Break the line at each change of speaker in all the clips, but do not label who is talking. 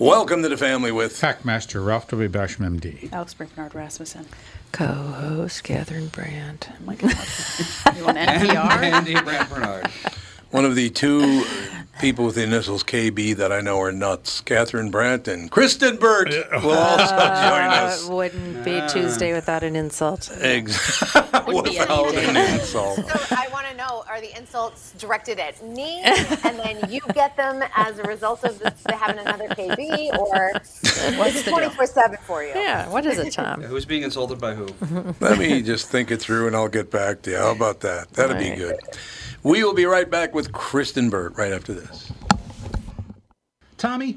Welcome to the family with
Packmaster Ralph W. Basham, MD.
Alex Brinknard Rasmussen.
Co-host Catherine Brandt.
Oh my God. you want NPR?
Andy Brad Bernard.
one of the two people with the initials KB that I know are nuts, Catherine Brandt and Kristen Burt will also
Uh, It
join us.
wouldn't be Tuesday without an insult.
Ex-
Wouldn't be
without
anything.
an insult.
So I want to know: Are the insults directed at me, and then you get them as a result of this, having another KB, or
What's the
twenty
deal?
four seven for you?
Yeah, what is it, Tom?
Who's being insulted by who?
Let me just think it through and I'll get back to you. How about that? That'll be
Right.
good. We will be right back with Kristen Burt right after this.
Tommy,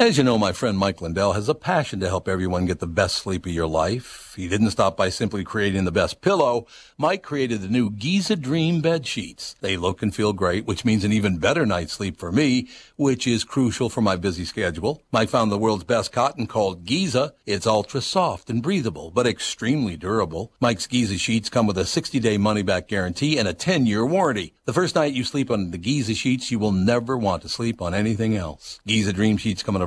As you know, my friend Mike Lindell has a passion to help everyone get the best sleep of your life. He didn't stop by simply creating the best pillow. Mike created the new Giza Dream bed sheets. They look and feel great, which means an even better night's sleep for me, which is crucial for my busy schedule. Mike found the world's best cotton called Giza. It's ultra soft and breathable, but extremely durable. Mike's Giza sheets come with a 60-day money-back guarantee and a 10-year warranty. The first night you sleep on the Giza sheets, you will never want to sleep on anything else. Giza Dream Sheets come in a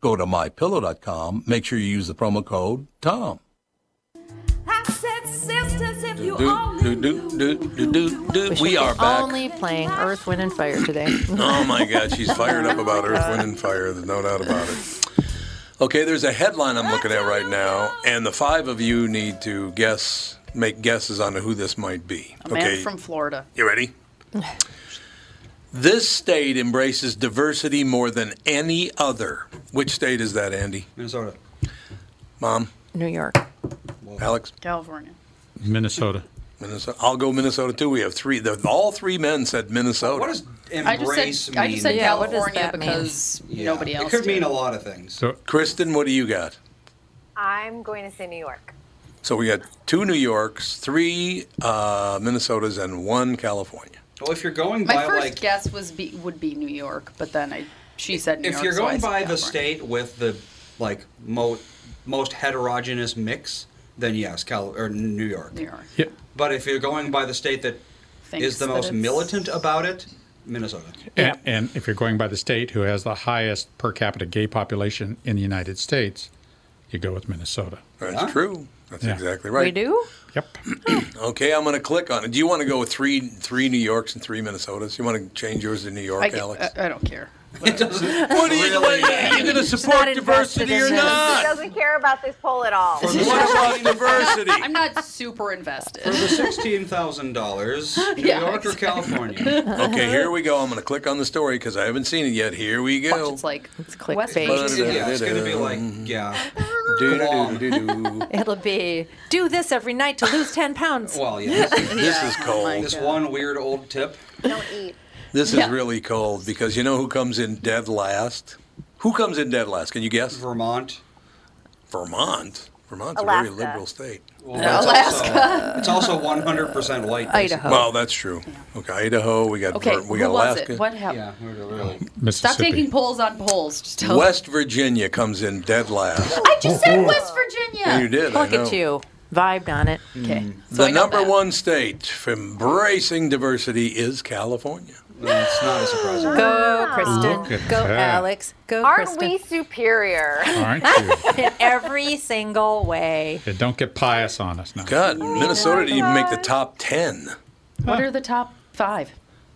Go to mypillow.com. Make sure you use the promo code TOM. We are
Only playing Earth, Wind, and Fire today.
Oh my God, she's fired
Oh,
up about Earth, Wind, and Fire. There's no doubt about it. Okay, there's a headline I'm looking at right now, and the five of you need to guess, make guesses on who this might be.
A man
Okay,
from Florida.
you ready? This state embraces diversity more than any other. Which state is that, Andy?
Minnesota.
Mom,
New York.
Alex,
California.
Minnesota.
Minnesota. I'll go Minnesota too. We have three. The, all three men said Minnesota.
What does embrace
I just said,
mean?
I just said
Yeah, what does
California
that mean?
because
Yeah.
nobody else.
It could mean
did.
a lot of things.
So
Kristen, what do you got?
I'm going to say New York.
So we got two New Yorks, three uh, Minnesotas, and one California.
Well, if you're going
My
by
first
like,
guess was be, would be New York, but then I she said New
if
York.
you're
so I
going
said
by the
California.
state with the like mo- most heterogeneous mix, then yes, Cal or New York.
New York.
yeah,
But if you're going by the state that
thinks
is the
that
most
it's-
militant about it Minnesota.
And, and if you're going by the state who has the highest per capita gay population in the United States, you go with Minnesota.
That's true. That's
Yeah.
exactly right.
We do?
Yep.
Okay, I'm going to click on it. Do you want to go with three three New Yorks and three Minnesotas? You want to change yours to New York,
I, uh,
Alex?
I, I don't care.
It doesn't
what are you,
really-
are you going to support
not
diversity
invested
or
in this.
He
not?
doesn't care about this poll at all.
What about
I'm
diversity?
not super invested.
For the sixteen thousand dollars, New
Yeah,
York or California?
uh-huh.
Okay, here we go. I'm going to click on the story because I haven't seen it yet. Here we
Watch,
go.
it's like
It's
West-
clickbait.
yeah, it's gonna be like yeah.
Doo-doo-doo-doo-doo.
It'll be do this every night to lose 10 pounds.
Well, yeah. This,
This is
my
cold.
this one weird old tip.
Don't eat.
This is
Yeah.
really cold because you know who comes in dead last? Who comes in dead last? Can you guess?
Vermont.
Vermont. Vermont's a
Alaska.
very liberal state.
Well, it's Alaska. Also, it's also one hundred percent white. basically.
Idaho.
Well, that's true. Okay, Idaho. We got
Okay,
Ver- we
who
got
was
Alaska.
it? What happened?
Yeah, we're really.
Mississippi.
Stop taking polls on polls. Just tell
West Virginia comes in dead last.
I just said West Virginia.
You did.
Look
I know.
at you. Vibed on it.
Hmm.
Okay. so
The
I know
number
that.
one state for embracing diversity is California.
It's not a surprise.
Go, Kristen.
Look at
Go,
that.
Alex. Go,
Aren't
Kristen.
we superior?
Aren't you?
In every single way.
Yeah, don't get pious on us now.
God, Minnesota didn't even make the top 10.
What are the top five?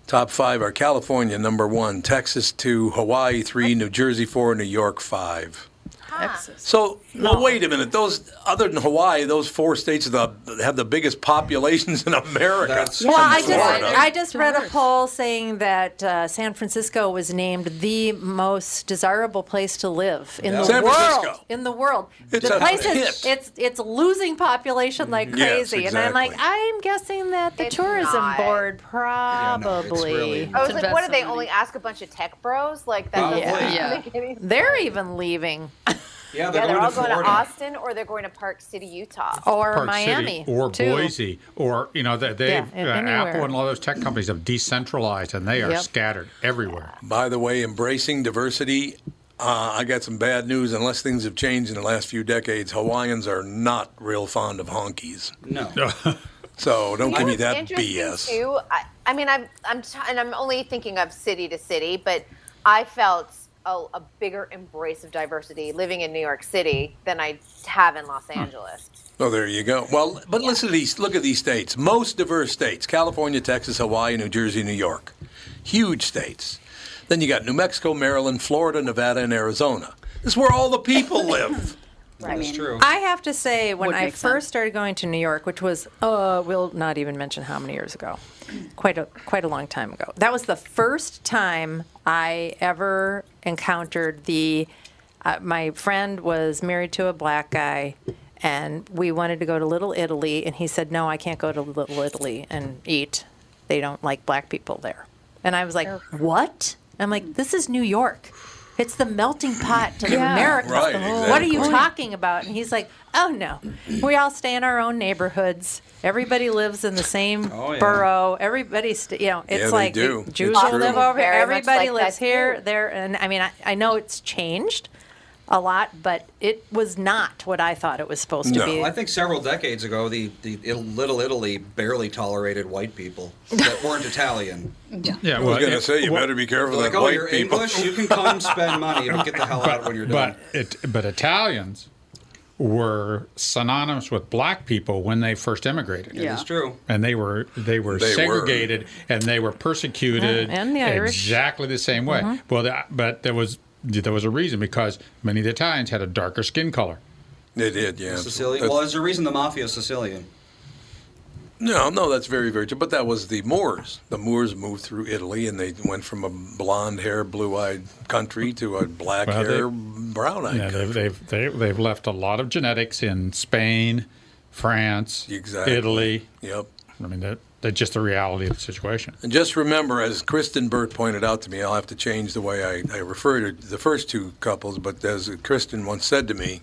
Top five are California, number one, Texas, two, Hawaii, three, New Jersey, four, New York, five.
Texas.
So, well, wait a minute. Those, other than Hawaii, those four states are the, have the biggest populations in America.
That's
Well, I just
Florida.
I just read a
Diverse.
poll saying that uh, San Francisco was named the most desirable place to live in the
San
world.
Francisco.
In the world,
It's
the
a
place
hit.
is it's it's losing population like
Yes,
crazy, and I'm like,
exactly.
I'm guessing that the
It's
tourism
not.
board
Yeah, no, it's
probably
really-
I was like,
To invest
what do they
some
only
money.
ask a bunch of tech bros? Like that
Probably.
doesn't
Yeah.
make any sense.
they're even leaving
Yeah, they're
Yeah, they're
going
all
to
going to
Florida.
Austin or they're going to Park City, Utah.
or
Park City
Miami
or
too.
Boise or you know they, they
Yeah,
uh,
anywhere.
Apple and all those tech companies have decentralized and they are
Yep.
scattered everywhere.
By the way, embracing diversity, uh, I got some bad news. Unless things have changed in the last few decades, Hawaiians are not real fond of honkies.
No.
So don't give
You know
me
what's
that
interesting,
BS.
Too, I, I mean, I'm, I'm, t- and I'm only thinking of city to city, but I felt a, a bigger embrace of diversity living in New York City than I have in
Hmm.
Los Angeles.
Oh, there you go. Well, but listen to these. Look at these states. Most diverse states: California, Texas, Hawaii, New Jersey, New York. Huge states. Then you got New Mexico, Maryland, Florida, Nevada, and Arizona. This is where all the people live.
I
That's true.
I have to say, when
Would
I
make
first
sense.
started going to New York, which was uh, we'll not even mention how many years ago, quite a quite a long time ago. That was the first time I ever encountered the. Uh, my friend was married to a black guy, and we wanted to go to Little Italy, and he said, "No, I can't go to Little Italy and eat. They don't like black people there." And I was like, "What?" I'm like, "This is New York." It's the melting pot of
Yeah.
America.
Right,
What are
exactly.
you talking talking about? And he's like, oh no, we all stay in our own neighborhoods. Everybody lives in the same
Oh, yeah.
borough. Everybody, st- you know, it's
Yeah, they
like
do.
the Jews
It's
all
true.
live over here.
Very much
Everybody
like
lives
that,
here,
too.
there. And I mean, I, I know it's changed a lot, but it was not what I thought it was supposed
No.
to be.
I think several decades ago, the, the Il- Little Italy barely tolerated white people that weren't Italian.
Yeah,
I was going to
it-
say you
well,
better be careful
Like,
that
oh,
white
you're
people.
English? You can come spend money, but get the hell out when you're done.
But it, but Italians were synonymous with black people when they first immigrated.
Yeah.
It's true.
And they were they were
They were.
segregated and they were persecuted
Yeah, and the Irish. Mm-hmm.
exactly the same way. Well, the, but there was there was a reason because many of the Italians had a darker skin color.
They did, yeah.
Sicilian.
That's-
Well, there's a reason the mafia is Sicilian.
No, no, that's very, very true. But that was the Moors. The Moors moved through Italy, and they went from a blonde hair, blue eyed country to a black
Well, they-
hair, brown eyed
Yeah, they've,
country.
they've, they- they've left a lot of genetics in Spain, France,
Exactly.
Italy.
Yep.
I mean, that, that's just the reality of the situation.
And just remember, as Kristen Burt pointed out to me, I'll have to change the way I, I refer to the first two couples. But as Kristen once said to me,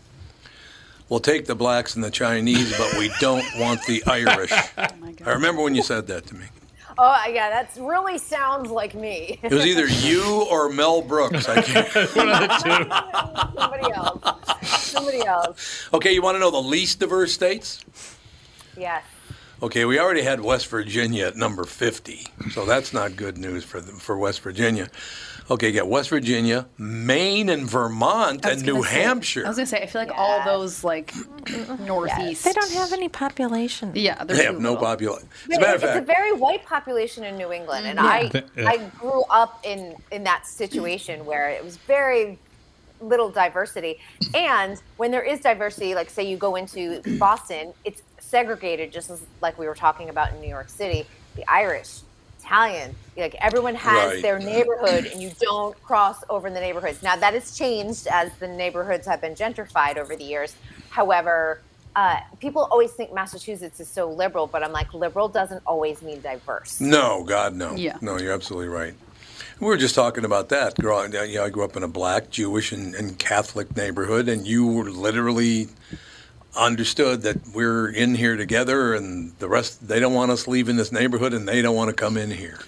"We'll take the blacks and the Chinese, but we don't want the Irish." I remember when you said that to me.
Oh, yeah, that really sounds like me.
It was either you or Mel Brooks. I can't.
Somebody else. Somebody else.
Okay, you want to know the least diverse states?
Yes.
Okay, we already had West Virginia at number 50, so that's not good news for them, for West Virginia. Okay, you got West Virginia, Maine, and Vermont,
I was
and
gonna
New
say-
Hampshire.
I was gonna say, I feel like all
Yeah.
those like northeast.
They don't have any population.
Yeah, they're
they
too
have no
little.
population. As
But
a matter of
it's a
fact,
very white population in New England, and I
Th- yeah.
I grew up in in that situation where it was very little diversity. And when there is diversity, like say you go into Boston, it's segregated, just as like we were talking about in New York City. The Irish, Italian, like everyone has
Right.
their neighborhood, and you don't cross over in the neighborhoods. Now that has changed as the neighborhoods have been gentrified over the years. However, uh, people always think Massachusetts is so liberal, but I'm like, liberal doesn't always mean diverse.
no, God, no.
Yeah.
No, you're absolutely right. We were just talking about that. Grow- you know, I grew up in a black, Jewish, and, and Catholic neighborhood, and you were literally understood that we're in here together, and the rest, they don't want us leaving this neighborhood, and they don't want to come in here.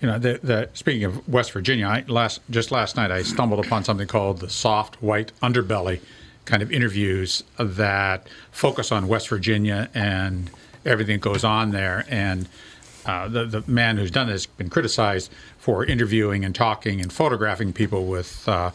You know, the, the, speaking of West Virginia, I last just last night I stumbled upon something called the soft white underbelly kind of interviews that focus on West Virginia and everything that goes on there. And uh, the the man who's done this has been criticized for interviewing and talking and photographing people with. Uh,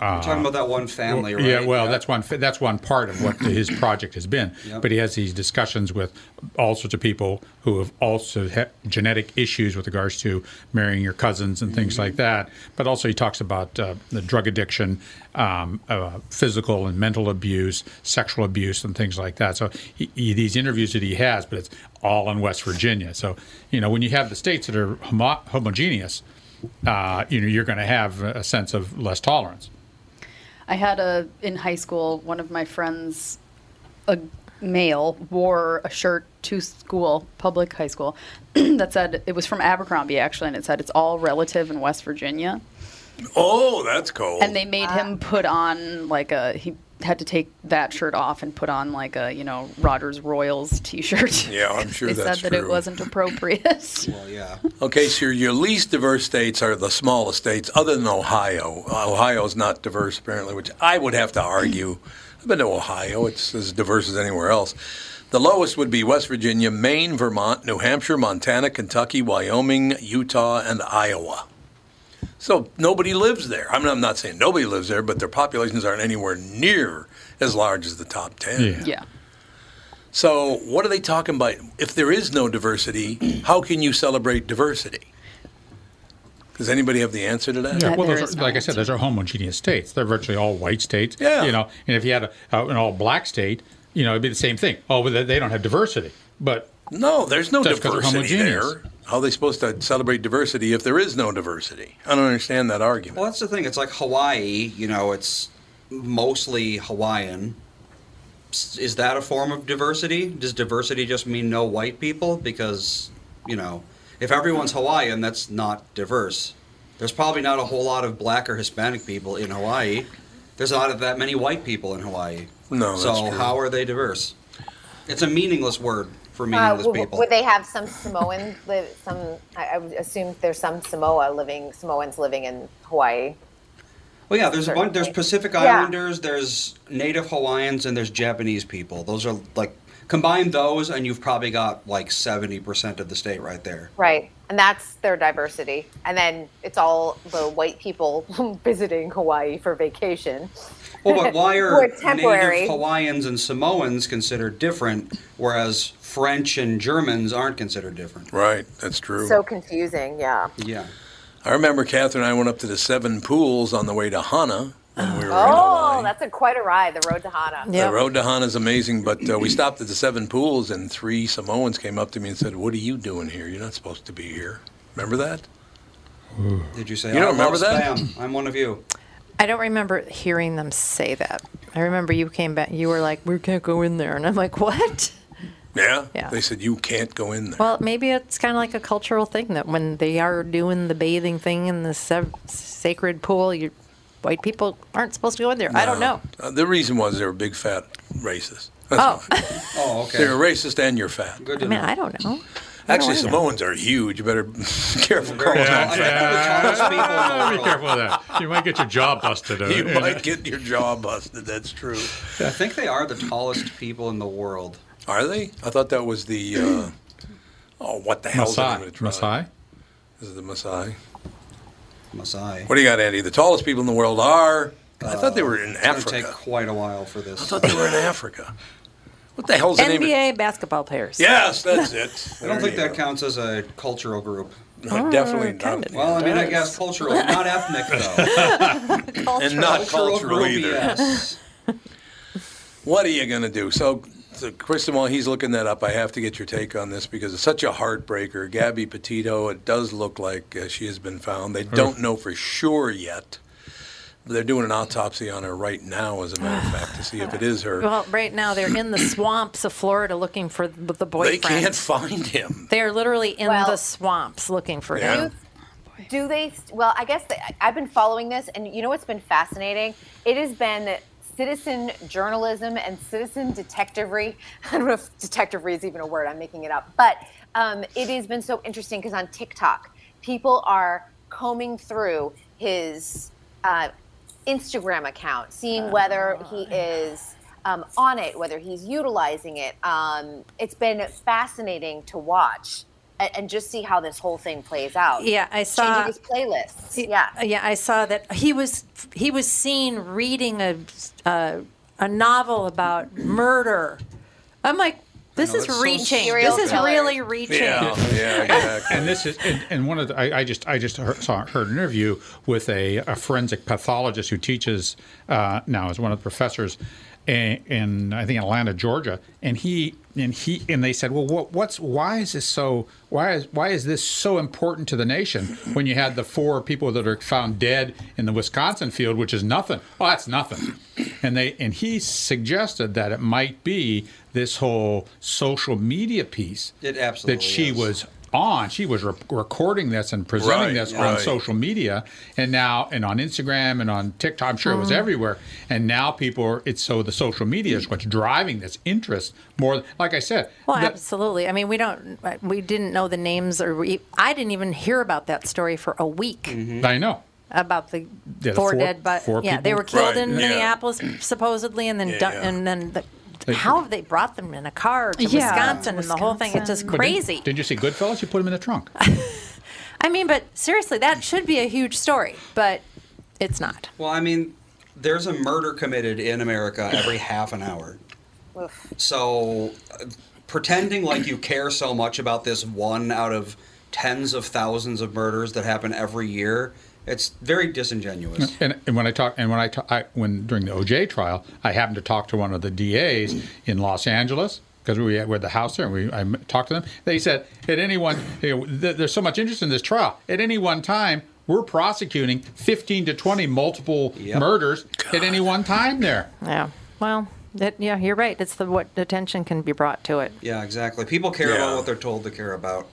We're talking about that one family, right?
Yeah, well, that's one that's one part of what his project has been.
Yep.
But he has these discussions with all sorts of people who have also had genetic issues with regards to marrying your cousins and
Mm-hmm.
things like that. But also, he talks about uh, the drug addiction, um, uh, physical and mental abuse, sexual abuse, and things like that. So he, he, these interviews that he has, but it's all in West Virginia. So you know, when you have the states that are homo- homogeneous. Uh, you know, you're going to have a sense of less tolerance.
I had a in high school. One of my friends, a male, wore a shirt to school, public high school, that said it was from Abercrombie actually, and it said it's all relative in West Virginia.
Oh, that's cold.
And they made him put on like a he had to take that shirt off and put on like a you know Rogers Royals T-shirt.
Yeah, I'm sure
they
that's
said that it
true.
wasn't appropriate.
Well, yeah.
Okay, so your, your least diverse states are the smallest states, other than Ohio. Ohio's not diverse, apparently, which I would have to argue. I've been to Ohio, it's as diverse as anywhere else. The lowest would be West Virginia, Maine, Vermont, New Hampshire, Montana, Kentucky, Wyoming, Utah, and Iowa. So nobody lives there. I mean, I'm not saying nobody lives there, but their populations aren't anywhere near as large as the top 10.
Yeah.
yeah.
So, what are they talking about? If there is no diversity, how can you celebrate diversity? Does anybody have the answer to that?
Yeah,
that
well,
there
those
is
are,
no
like I said, those are homogeneous states. They're virtually all white states.
Yeah.
You know, and if you had a, uh, an all black state, you know, it'd be the same thing. Oh, but they- they don't have diversity. But
No, there's no
That's 'cause they're
diversity
homogeneous.
there. How are they supposed to celebrate diversity if there is no diversity? I don't understand that argument.
Well, that's the thing. It's like Hawaii. You know, it's mostly Hawaiian. S- Is that a form of diversity? Does diversity just mean no white people? Because you know, if everyone's Hawaiian, that's not diverse. There's probably not a whole lot of black or Hispanic people in Hawaii. There's not that many white people in Hawaii.
No,
So
that's true.
how are they diverse? It's a meaningless word for
Uh,
meaningless
w-
people.
would they have some Samoan? Live, some I, I would assume there's some Samoa living Samoans living in Hawaii.
Well, yeah, there's a bunch. There's
Certainly.
Pacific
Yeah.
Islanders, there's Native Hawaiians, and there's Japanese people. Those are like combine those, and you've probably got like seventy percent of the state right there.
Right. And that's their diversity. And then it's all the white people visiting Hawaii for vacation.
Well, but why
Or
are
temporary.
Native Hawaiians and Samoans considered different, whereas French and Germans aren't considered different?
right, that's true.
So confusing, yeah.
Yeah.
I remember Catherine and I went up to the Seven Pools on the way to Hana when we were in
Oh,
Hawaii.
that's a quite a ride, the road to Hana.
Yeah.
The road to Hana is amazing, but uh, we stopped at the Seven Pools, and three Samoans came up to me and said, "What are you doing here? You're not supposed to be here." Remember that?
Did you say
You don't
"I love
remember that?
Spam. I'm one of you.
I don't remember hearing them say that. I remember you came back. You were like, "We can't go in there," and I'm like, "What?"
Yeah.
Yeah.
They said you can't go in there.
Well, maybe it's kind of like a cultural thing that when they are doing the bathing thing in the sev- sacred pool, you, white people aren't supposed to go in there. I don't know.
Uh, the reason was they were big fat racists.
Oh,
Oh, okay.
They're racist and you're fat.
Good
I
to
mean,
know.
I don't know. I don't
Actually,
either.
Samoans are huge. You better be careful
Very
calling
tall-
them
I
fat.
think the tallest people in
be
the world.
careful of that. You might get your jaw busted. uh,
You
in-
might get your jaw busted. That's true.
I think they are the tallest people in the world.
Are they? I thought that was the. Uh, oh, what the hell is that?
Masai. Masai.
This is the Maasai.
Masai.
What do you got, Andy? The tallest people in the world are. I thought they were in
Uh, It's
Africa.
going to take quite a while for this.
I thought they were in Africa. What the hell's the name? of-
NBA basketball players.
Yes, that's it.
I don't think that counts as a cultural group.
counts. Definitely
kind
not.
of.
Well, I mean, I guess cultural, not ethnic, though.
And not cultural
group,
either.
yes.
What are you going to do? So, so, Kristen, while he's looking that up, I have to get your take on this because it's such a heartbreaker. Gabby Petito, it does look like uh, she has been found. They
Mm.
don't know for sure yet. They're doing an autopsy on her right now, as a matter of fact, to see if it is her.
Well, right now they're in the swamps of Florida looking for the the
they
boyfriend.
can't find him.
They're literally in
Well-
the swamps looking for
Yeah.
him.
Do they? st- Well, I guess that- I've been following this, and you know what's been fascinating? It has been citizen journalism and citizen detectivery. I don't know if detectivery is even a word. I'm making it up, but um, it has been so interesting because on TikTok, people are combing through his uh, Instagram account, seeing whether he is um, on it, whether he's utilizing it. Um, it's been fascinating to watch. a- And just see how this whole thing plays out
Yeah, I saw.
changing his playlists.
Uh,
Yeah.
yeah. I saw that he was he was seen reading a a, a novel about murder. I'm like, this
know,
is
that's so
reaching.
serial
this is
killer.
really reaching.
Yeah, yeah, exactly.
And this is, and, and one of the, I, I just, I just heard, saw, heard an interview with a, a forensic pathologist who teaches uh, now as one of the professors in, in, I think, Atlanta, Georgia. And he, and he, and they said, well, what, what's, why is this so, why is, why is this so important to the nation when you had the four people that are found dead in the Wisconsin field, which is nothing? Oh, that's nothing. And they, and he suggested that it might be this whole social media piece
It absolutely
that she
is.
was on. She was re- recording this and presenting
Right,
this on
right.
social media, and now and on Instagram and on TikTok. I'm sure it
Mm.
was everywhere. And now people, are, it's so the social media is what's driving this interest more. Like I said,
Well,
the-
absolutely. I mean, we don't, we didn't know the names, or we, I didn't even hear about that story for a week
Mm-hmm.
I know.
about the
Yeah, the
four,
four-
dead, but
four
yeah, they
people.
were killed
Right,
in
yeah.
Minneapolis supposedly, and then
Yeah,
dun-
yeah.
and then the, how have they brought them in a car to
Yeah.
Wisconsin, and the whole thing? It's just
But didn't-
crazy.
Didn't, you see Goodfellas? You put him in a trunk.
I mean, but seriously, that should be a huge story, but it's not.
Well, I mean, there's a murder committed in America every half an hour. So uh, pretending like you care so much about this one out of tens of thousands of murders that happen every year, it's very disingenuous.
And, and when I talk, and when I, ta- I when during the OJ trial, I happened to talk to one of the DAs in Los Angeles because we were at the house there, and we I m- talked to them. They said at any one, you know, th- there's so much interest in this trial. At any one time, we're prosecuting 15 to 20 multiple
Yep.
murders at any one time there.
Yeah. Well, that, yeah, you're right. It's the what attention can be brought to it.
Yeah, exactly. People care
Yeah.
about what they're told to care about.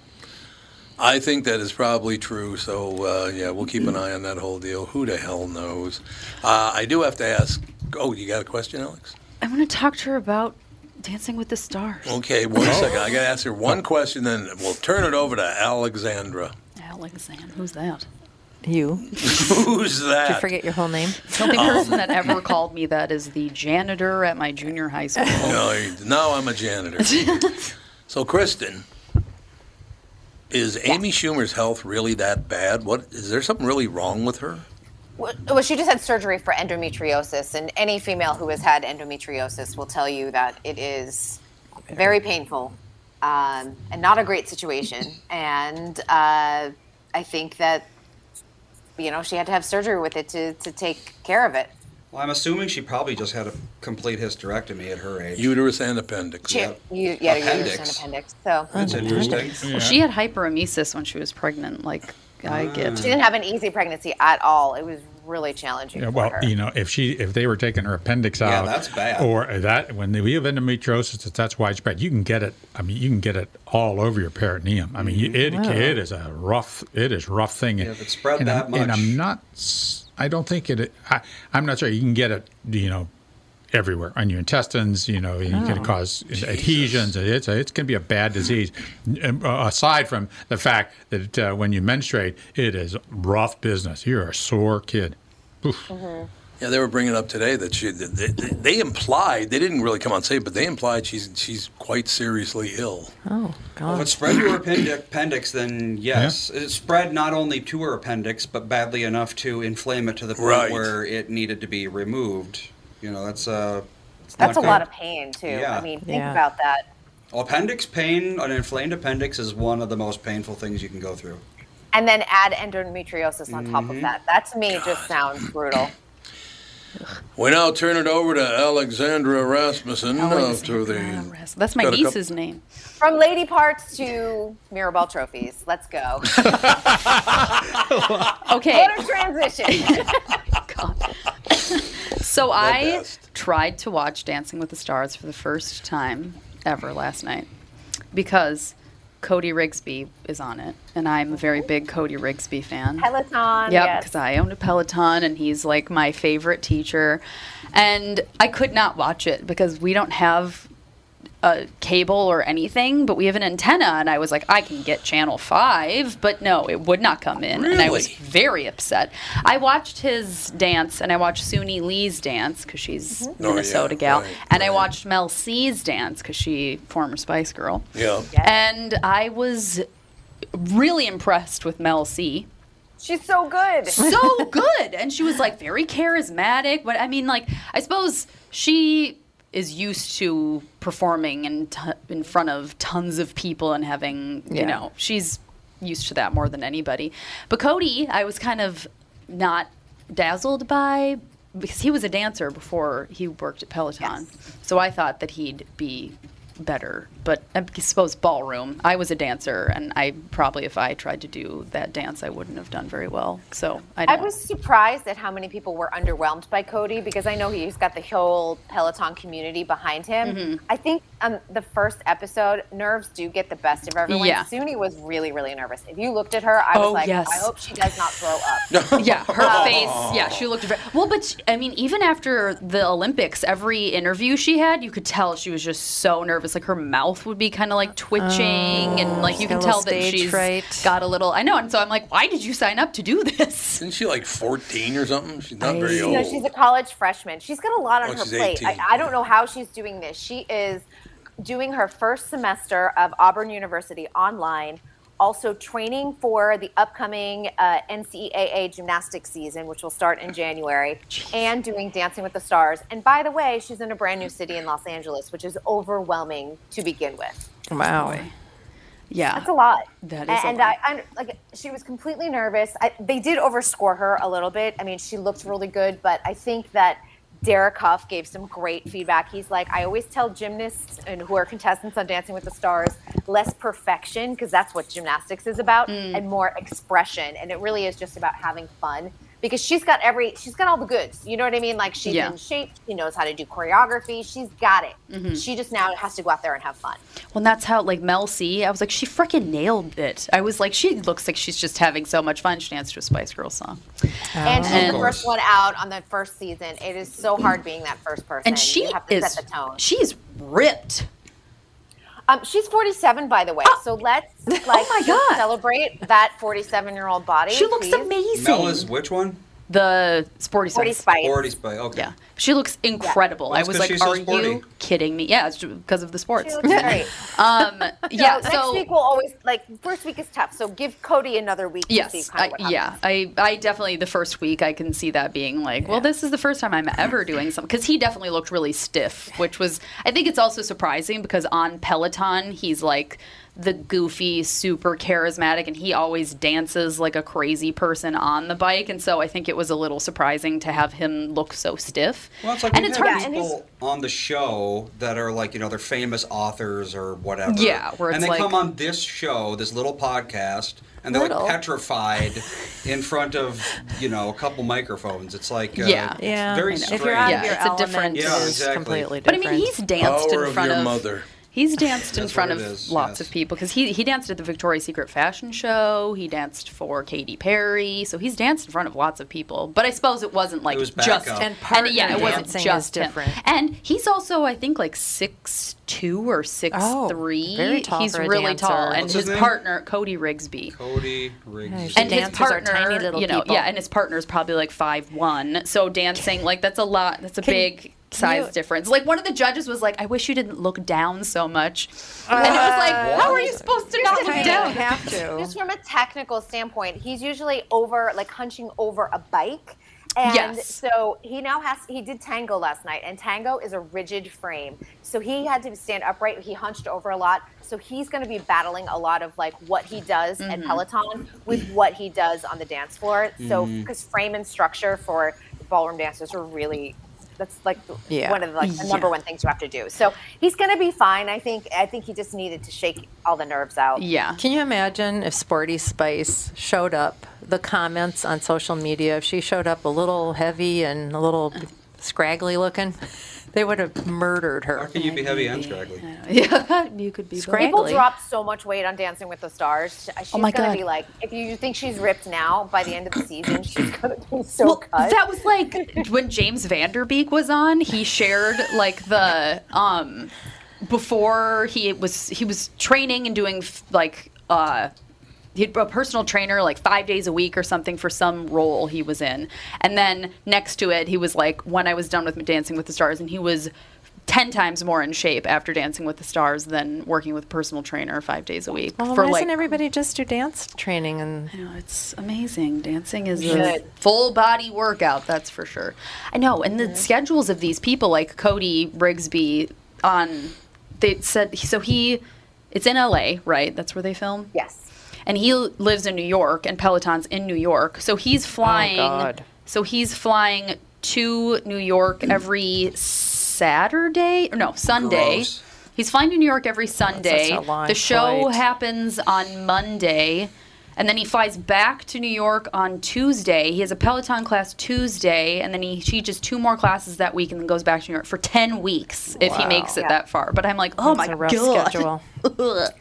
I think that is probably true. So uh, yeah, we'll keep an eye on that whole deal. Who the hell knows? Uh, I do have to ask. Oh, you got a question, Alex?
I want to talk to her about Dancing with the Stars.
Okay, one second. I got to ask her one question, then we'll turn it over to Alexandra.
Alexandra, who's that?
You
Who's that?
did you forget your whole name?
The only person that ever Um, called me that is the janitor at my junior high school.
No, you- now I'm a janitor. so, Kristen, is Amy Schumer's health really that bad? What is there something really wrong with her?
Well, well, she just had surgery for endometriosis, and any female who has had endometriosis will tell you that it is very painful um, and not a great situation. And uh, I think that, you know, she had to have surgery with it to, to take care of it.
Well, I'm assuming she probably just had a complete hysterectomy at her age.
Uterus and appendix.
She,
Yep.
you, yeah, you
Appendix.
understand appendix. So
That's interesting.
Well, she had hyperemesis when she was pregnant, like I get.
she didn't have an easy pregnancy at all. It was really challenging.
Yeah,
for
well,
her.
you know, if she if they were taking her appendix
Yeah,
out,
that's bad.
Or that when we have endometriosis, if that's widespread. You can get it. I mean, you can get it all over your peritoneum. I mean, you- it
Mm-hmm.
it is a rough it is a rough thing.
Yeah, if it's spread
and
that
I'm, and
much.
I'm not. s- I don't think it. I, I'm not sure you can get it. You know. Everywhere on your intestines, you know, you can cause adhesions. It's a, it's going to be a bad disease. And, uh, Aside from the fact that
Mm-hmm.
uh, when you menstruate, it is rough business. You're a sore kid. Oof.
Yeah, they were bringing up today that she that they, they implied they didn't really come out and say, it, but they implied she's she's quite seriously ill.
Oh,
Well, if it
God.
spread to her appendi- appendix, then yes. It spread not only to her appendix, but badly enough to inflame it to the point
Right.
where it needed to be removed. You know, that's Uh, it's
That's a
not
lot
good.
of pain too.
Yeah.
I mean, think
Yeah.
about that.
Appendix pain, an inflamed appendix, is one of the most painful things you can go through.
And then add endometriosis on top
Mm-hmm.
of that. That to me just sounds brutal.
We now turn it over to Alexandra Rasmussen
Alex-
uh, to
Ah,
the
rest- That's my
Got a couple-
niece's name.
From lady parts to Mirrorball trophies. Let's go.
Okay.
what a transition.
God. so I
best.
tried to watch Dancing with the Stars for the first time ever last night because Cody Rigsby is on it, and I'm a very big Cody Rigsby fan.
Peloton.
Yep,
yes.
because I owned a Peloton and he's like my favorite teacher. And I could not watch it because we don't have a cable or anything, but we have an antenna. And I was like, I can get channel five, but no, it would not come in. And I was
Really?
very upset. I watched his dance and I watched Suni Lee's dance because she's
Oh, yeah,
Minnesota gal.
right,
and I
right.
watched Mel C's dance because she former Spice Girl.
yeah.
And I was really impressed with Mel C
She's so good.
so good and she was like very charismatic but i mean like i suppose she is used to performing in, t- in front of tons of people and having
Yeah.
you know she's used to that more than anybody but cody i was kind of not dazzled by because he was a dancer before he worked at peloton so i thought that he'd be better but i suppose ballroom i was a dancer and i probably if i tried to do that dance i wouldn't have done very well so i,
I
don't-
was surprised at how many people were underwhelmed by Cody because I know he's got the whole Peloton community behind him.
Mm-hmm.
I think um, the first episode, nerves do get the best of everyone.
Yeah.
Suni was really, really nervous. If you looked at her, I was
Oh,
like,
yes.
I hope she does not throw up. Um,
yeah,
Oh.
her face. Yeah, she looked very well. But she- I mean, even after the Olympics, every interview she had, you could tell she was just so nervous. Like her mouth would be kind of like twitching, and like you
got
can
Oh,
tell
a little
that
stage
she's
fright.
got a little. I know, and so I'm like, why did you sign up to do this?
Isn't she like 14 or something? She's not
I-
very
You
old.
know, she's a college freshman. She's got a lot on
Oh,
her
she's
plate.
18.
I, I don't know how she's doing this. She is doing her first semester of Auburn University online, also training for the upcoming uh, NCAA gymnastics season, which will start in January, and doing Dancing with the Stars. And by the way, she's in a brand new city in Los Angeles, which is overwhelming to begin with.
Wow.
Yeah,
That's a lot.
That is a
and
lot.
I, I like she was completely nervous. I, they did overscore her a little bit. I mean, she looked really good, but I think that Derek Huff gave some great feedback. He's like, I always tell gymnasts and who are contestants on Dancing with the Stars, less perfection because that's what gymnastics is about,
Mm.
and more expression. And it really is just about having fun because she's got every she's got all the goods. You know what I mean? Like she's
Yeah.
in shape. She knows how to do choreography. She's got it.
Mm-hmm.
She just now has to go out there and have fun.
Well, and that's how like Mel C. I was like, she freaking nailed it. I was like, she looks like she's just having so much fun. She danced to a Spice Girl song.
And she's
And-
the first one out on the first season. It is so hard being that first person.
And she
you have to
is
set the tone.
she is ripped.
um, she's 47, by the way. So let's like
Oh. my
just
God.
celebrate that 47 year old body.
She looks
please.
amazing.
Mel is which one?
the sporty,
Forty
Spice.
spice.
Already by okay.
Yeah, she looks incredible.
Well,
I
it's
was
'cause
like,
she's so
"Are
sporty."
you kidding me?" Yeah, it's because of the
She
sports.
looks great.
Um, yeah,
so
so,
next week we'll always like first week is tough. So give Cody another week. to
yes,
see
I,
kind of what
yeah, I, I definitely the first week I can see that being like, well, this is the first time I'm ever doing something because he definitely looked really stiff, which was I think it's also surprising because on Peloton he's like the goofy, super charismatic, and he always dances like a crazy person on the bike, and so I think it was a little surprising to have him look so stiff.
Well, it's like
and
we've
it's
had
hard.
he's-
people on the show that are like you know they're famous authors or whatever.
Yeah, where
and
it's
they
like-
come on this show, this little podcast, and they're
Little.
like petrified in front of you know a couple microphones. It's like uh,
Yeah.
it's
Yeah.
very
If
strange.
you're out
Yeah,
of your
it's a
element,
different-
it
Yeah,
is
exactly.
completely
But I
different.
mean, he's danced
Power
in
of
front
your
of
mother.
He's danced in
That's
front
what
of
it is,
lots
yes.
of people because he, he danced at the Victoria's Secret fashion show. He danced for Katy Perry, so he's danced in front of lots of people. But I suppose it wasn't like
was
just
backup. And
yeah, it
partner
wasn't
dancing is
just him.
different.
And he's also I think like six two or six three.
very Oh, tall
he's
for a
really tall,
dancer.
and
What's
his,
his name?
partner Cody Rigsby
Cody Riggs.
The
and his
dancers are
partner,
tiny little
you know,
people.
yeah, and his partner's probably like five one. So dancing, like that's a lot. That's a
Can-
big
can
size
you-
difference. Like one of the judges was like, "I wish you didn't look down so much,"
Uh,
and it was like, "How are you supposed to not look
Kind of
down?"
have to.
Just from a technical standpoint, he's usually over, like hunching over a bike. And
Yes.
so he now has, he did tango last night, and tango is a rigid frame. So he had to stand upright. He hunched over a lot. So he's going to be battling a lot of like what he does at
Mm-hmm.
Peloton with what he does on the dance floor. So,
Mm-hmm.
because frame and structure for ballroom dancers are really. That's like
Yeah.
one of the, like the
Yeah.
number one things you have to do. So he's going to be fine. I think. I think he just needed to shake all the nerves out.
Yeah,
Can you imagine if Sporty Spice showed up, the comments on social media, if she showed up a little heavy and a little scraggly looking, they would have murdered
How
her.
can you be heavy and scraggly?
yeah, you could be
Scrag-
People
Ugly.
drop so much weight on Dancing with the Stars. She's
Oh my
gonna
God.
be like, if you think she's ripped now, by the end of the season, she's gonna be so
Well,
cut.
that was like when James Vanderbeek was on. He shared like the um before he was he was training and doing f- like uh he had a personal trainer like five days a week or something for some role he was in, and then next to it he was like when I was done with Dancing with the Stars, and he was. 10 times more in shape after dancing with the stars than working with a personal trainer five days a week
Oh,
Well,
for
why
like
doesn't everybody just do dance training and
no, it's amazing. Dancing is a
should.
full body workout, that's for sure. I know, and the schedules of these people, like Cody Rigsby, on they said so he, it's in L.A. right? That's where they film.
yes.
And he lives in New York, and Peloton's in New York, so he's flying.
Oh, God.
So he's flying to New York
Mm.
every Saturday, or no Sunday.
Gross.
He's flying to New York every Sunday.
a long
the show
flight.
happens on Monday, and then he flies back to New York on Tuesday. He has a Peloton class Tuesday, and then he teaches two more classes that week, and then goes back to New York for ten weeks if he makes it
Yeah.
that far. But I'm like, oh
it's
my
a rough
god,
schedule?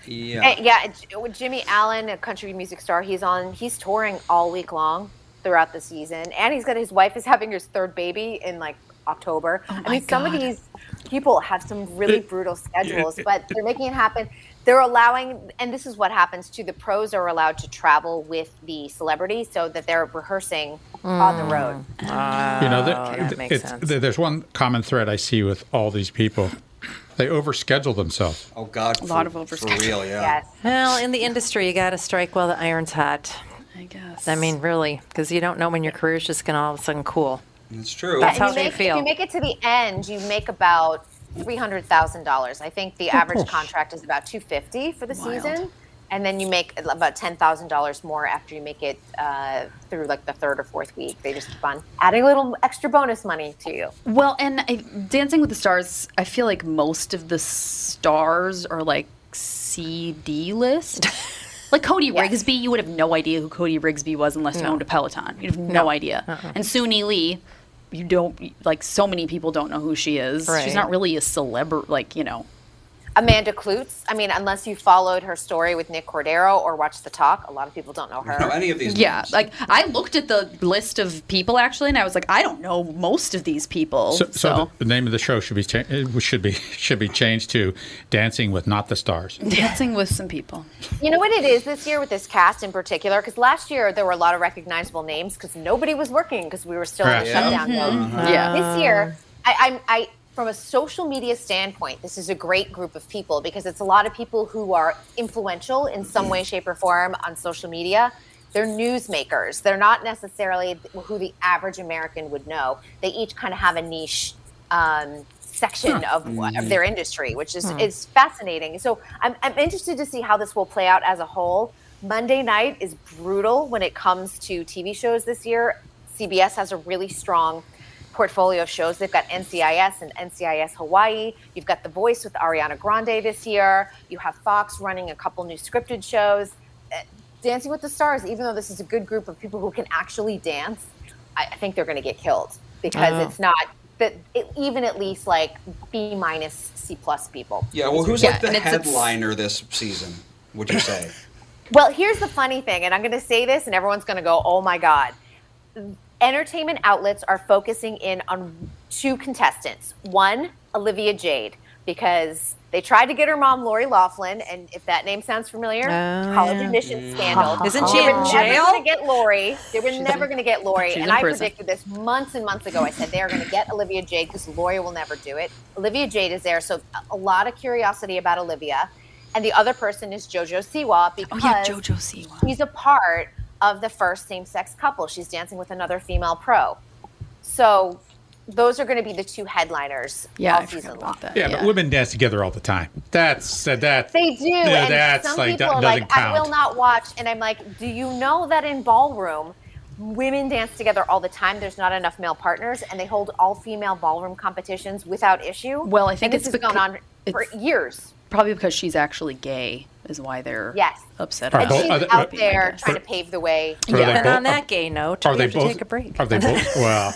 Yeah.
And, yeah. J- Jimmy Allen, a country music star, he's on. He's touring all week long throughout the season, and he's got his wife is having his third baby in like October. I
Oh my
mean, some of
God.
these people have some really
It-
brutal schedules,
it-
but they're making it happen. They're allowing, and this is what happens too. The pros are allowed to travel with the celebrity so that they're rehearsing on the
Mm.
road.
you know,
Mm. that
there,
makes
it's-
sense.
there- there's one common thread I see with all these people. They overschedule themselves.
Oh God. A
lot of
for
overschedule.
real. Yeah.
Yes.
Well, in the industry, you got to strike while the iron's hot.
I guess.
I mean, really, because you don't know when your career's just going to all of a sudden cool.
It's true.
That's
But
how
if
they
make-
feel.
If you make it to the end, you make about three hundred thousand dollars. I think the average contract is about two fifty for the
Wild.
season, and then you make about ten thousand dollars more after you make it uh, through like the third or fourth week. They just keep on adding a little extra bonus money to you.
Well, and I, Dancing with the Stars, I feel like most of the stars are like CD list. like Cody
Yes.
Rigsby, you would have no idea who Cody Rigsby was unless you owned a Peloton. You'd have no, idea. And Suni Lee, you don't like. So many people don't know who she is.
Right.
She's not really a celeb. Like you know,
Amanda Klutz. I mean, unless you followed her story with Nick Cordero or watched the talk, a lot of people don't know her.
No, any of these.
yeah.
names.
Like I looked at the list of people actually, and I was like, I don't know most of these people.
So,
So,
so, The, the name of the show should be cha- it should be should be changed to Dancing with Not the Stars.
dancing with some people.
You know what it is this year with this cast in particular? Because last year there were a lot of recognizable names because nobody was working because we were still in the
Yeah.
shutdown mode.
Yeah.
This year, I, I'm I from a social media standpoint, this is a great group of people because it's a lot of people who are influential in some way, shape, or form on social media. They're newsmakers. They're not necessarily who the average American would know. They each kind of have a niche um, section of, of their industry, which is is fascinating. So I'm I'm interested to see how this will play out as a whole. Monday night is brutal when it comes to TV shows this year. CBS has a really strong portfolio of shows. They've got NCIS and NCIS Hawaii. You've got The Voice with Ariana Grande this year. You have Fox running a couple new scripted shows. Uh, Dancing with the Stars, even though this is a good group of people who can actually dance, I, I think they're going to get killed because it's not that it, even at least like B minus C plus people.
Yeah, well, who's
Yeah,
like the
and it's- it's-
headliner this season? Would you say?
Well, here's the funny thing, and I'm going to say this, and everyone's going to go, oh my God. Entertainment outlets are focusing in on two contestants. One, Olivia Jade, because they tried to get her mom, Lori Laughlin, and if that name sounds familiar,
Oh,
college
yeah.
admissions scandal.
Isn't she
They
in
were
jail?
never going to get Lori. They were never
in-
going to get Lori.
she's
And
in
I
prison.
predicted this months and months ago. I said they are going to get Olivia Jade because Lori will never do it. Olivia Jade is there. So a- a lot of curiosity about Olivia. And the other person is JoJo Siwa
Oh
because
yeah, JoJo Siwa.
she's a part of the first same-sex couple. She's dancing with another female pro. So those are going to be the two headliners
Yeah,
all
I
season
forgot
long.
about that.
Yeah, but women dance together all the time. That's uh, that.
They do,
Yeah,
and
that's
some
like
people
that
are
doesn't
like,
count.
"I will not watch." And I'm like, "Do you know that in ballroom, women dance together all the time? There's not enough male partners, and they hold all-female ballroom competitions without issue."
Well, I think
and this
it's
has gone
becau-
on for
it's-
years.
Probably because she's actually gay is why they're
Yes.
upset
Are
about
both-
Oh,
She's
are they-
out
but-
there
but-
trying to pave the way.
Are they
and
both-
on that gay note,
Are
we
they
have
both?
to take a break.
Are they both? Well,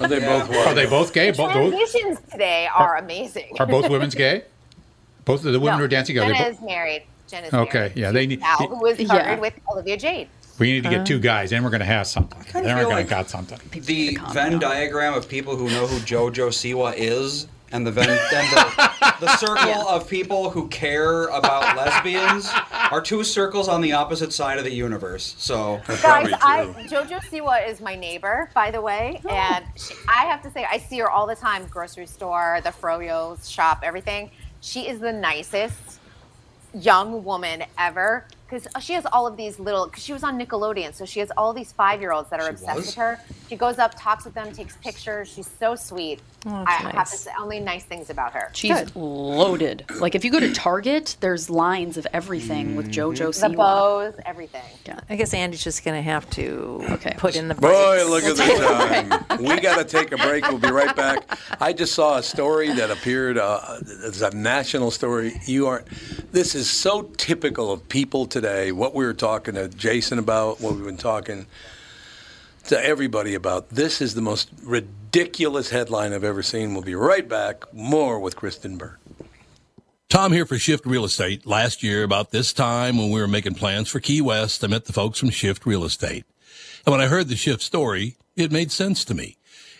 Are they both
are
what?
they both gay? Both, both
Transitions today are amazing.
are both women's gay? Both of the women who are dancing together.
Jenna
they bo-
is married. Jenna is
Okay,
married.
yeah, they need.
Now, who was
Yeah.
partnered with Olivia Jade?
We need to get two guys, and we're going to have something. Then
kinda
we're
feel
going to
like-
got something.
need
the
to calm
Venn
down.
diagram of people who know who JoJo Siwa is and the Venn and the, the circle of people who care about lesbians are two circles on the opposite side of the universe. So
Guys,
Probably
I,
true.
Jojo Siwa is my neighbor, by the way,
Oh.
and she, I have to say I see her all the time, grocery store, the Froyo shop, everything. She is the nicest young woman ever because she has all of these little. Because she was on Nickelodeon, so she has all these five-year-olds that are
She
obsessed
was?
with her. She goes up, talks with them, takes pictures. She's so sweet.
Oh, that's
I have
nice.
to say only nice things about her.
She's loaded. Like if you go to Target, there's lines of everything with
Mm-hmm.
JoJo
the
Siwa.
bows, everything.
I guess Andy's just going to have to
Okay.
put in the
Boy,
breaks.
look at the time. We got to take a break. We'll be right back. I just saw a story that appeared. Uh, it's a national story. You are. This is so typical of people today. What we were talking to Jason about. What we've been talking to everybody about. This is the most ridiculous headline I've ever seen. We'll be right back. More with Kristen Burke.
Tom here for Shift Real Estate. Last year, about this time when we were making plans for Key West, I met the folks from Shift Real Estate. And when I heard the Shift story, it made sense to me.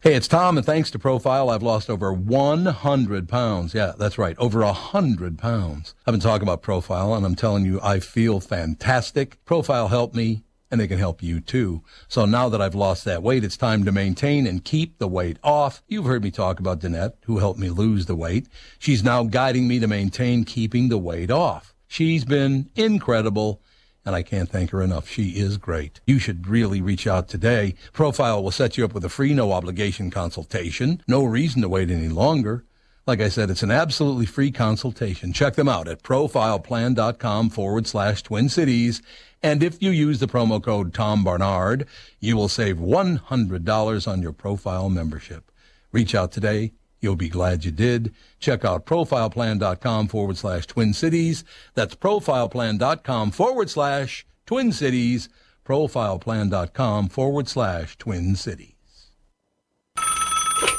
Hey, it's Tom, and thanks to Profile, I've lost over 100 pounds. Yeah, that's right, over 100 pounds. I've been talking about Profile, and I'm telling you, I feel fantastic. Profile helped me, and they can help you too. So now that I've lost that weight, it's time to maintain and keep the weight off. You've heard me talk about Danette, who helped me lose the weight. She's now guiding me to maintain keeping the weight off. She's been incredible and I can't thank her enough. She is great. You should really reach out today. Profile will set you up with a free, no obligation consultation. No reason to wait any longer. Like I said, it's an absolutely free consultation. Check them out at profileplan.com forward slash twin cities. And if you use the promo code Tom Barnard, you will save $100 on your profile membership. Reach out today. You'll be glad you did. Check out profileplan.com forward slash twin cities. That's profileplan.com forward slash twin cities. Profileplan.com forward slash twin cities.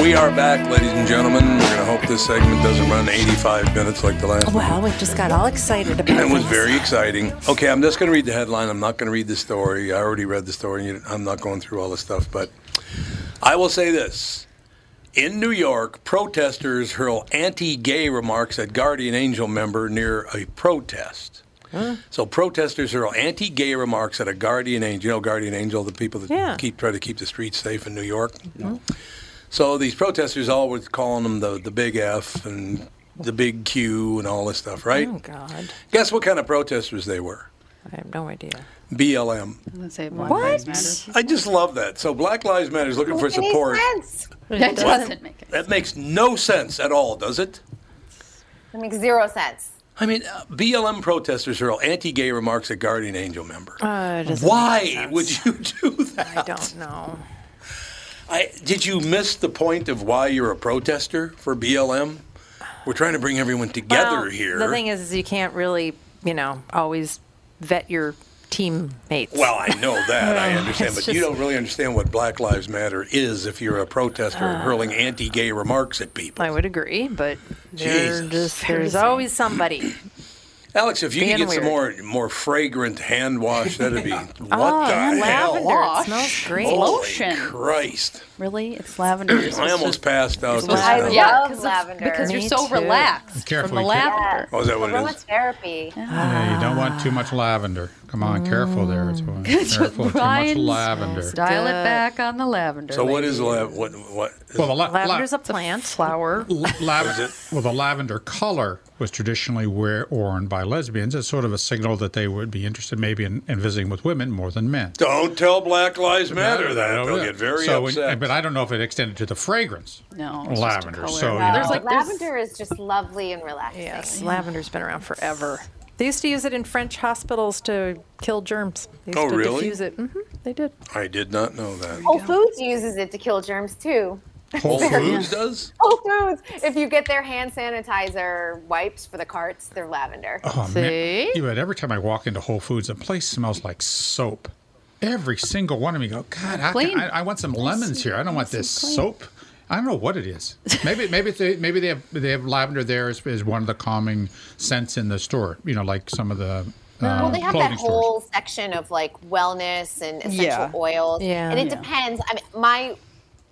We are back, ladies and gentlemen. We're going to hope this segment doesn't run 85 minutes like the last one.
Well, we just got all excited about
It was
this.
very exciting. Okay, I'm just going to read the headline. I'm not going to read the story. I already read the story. and you- I'm not going through all the stuff, but I will say this. In New York, protesters hurl anti gay remarks at Guardian Angel member near a protest. So protesters hurl anti gay remarks at a Guardian Angel. You know, Guardian Angel, the people that
Yeah. Mm-hmm.
keep try to keep the streets safe in New York. So these protesters all were calling them the, the big F and the big Q and all this stuff, right?
Oh God,
Guess what kind of protesters they were?
I have no idea.
BLM.
I'm gonna say Black
What?
Lives Matter.
I just love that. So Black Lives Matter is looking for
Any
support.
sense?
That doesn't make it.
That makes no sense at all, does it?
It makes zero sense.
I mean, uh, BLM protesters hurl anti-gay remarks at Guardian Angel member.
Uh, it doesn't make
Why
sense.
would you do that?
I don't know.
I, did you miss the point of why you're a protester for BLM? We're trying to bring everyone together
Well,
here.
The thing is, is you can't really, you know, always vet your teammates.
Well, I know that. I understand. But
It's
you
just-
don't really understand what Black Lives Matter is if you're a protester
Uh.
hurling anti gay remarks at people.
I would agree, but there
Jesus.
just there's always somebody.
Alex, if you could
Being
get some more more fragrant hand wash, that'd be what the
Oh, lavender.
hell?
It smells great.
Holy
Lotion.
Christ!
Really? It's lavender. It's
I almost
just-
passed out.
Well,
just
I
now.
love
yeah, 'cause it's-
lavender.
because you're
Me
so
too.
relaxed
Careful,
from the
you can't-
lavender.
Oh, is that what it is?
Aromatherapy.
Yeah, you don't want too much lavender. Come on, careful there. It's careful. Too much
Mm. Brian's-
lavender.
Dial it back on the lavender.
So what is
lady.
la- what what? Is,
Well, the la-
Lavender's
la-
a plant.
flower?
la- lavender. Well, the lavender color was traditionally wear- worn by lesbians as sort of a signal that they would be interested maybe in, in visiting with women more than men.
don't tell Black Lives Matter that.
Oh,
They'll
yeah.
get very
so when-
upset.
but I don't know if it extended to the fragrance.
No, it's just a
lavender.
color.
So you
Wow.
know,
There's like this-
lavender is just lovely and relaxing.
Yes, lavender's been around forever. They used to use it in French hospitals to kill germs. They used
Oh,
to
really?
diffuse it.
Mm-hmm.
hmm they did.
I did not know that.
Whole
Oh,
Foods uses it to kill germs too.
Whole Foods does.
Whole Foods. If you get their hand sanitizer wipes for the carts, they're lavender.
Oh,
See?
man. You know, every time I walk into Whole Foods, the place smells like soap. Every single one of me go, God, I,
Clean.
I, I want some lemons here. I don't want this soap. I don't know what it is. Maybe maybe they maybe they have they have lavender there as, as one of the calming scents in the store. You know, like some of the uh,
well, they have
clothing
that
stores.
whole section of like wellness and essential
Yeah.
oils.
Yeah.
And it
Yeah.
depends. I mean, my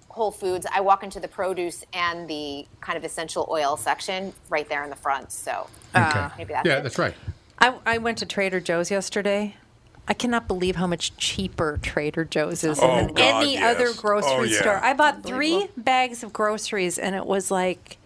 Whole Foods, I walk into the produce and the kind of essential oil section right there in the front. So uh,
Okay.
maybe that's
yeah,
it.
that's right.
I, I went to Trader Joe's yesterday. I cannot believe how much cheaper Trader Joe's is
Oh,
than
God,
any
yes.
other grocery
Oh, yeah.
store. I bought three bags of groceries and it was like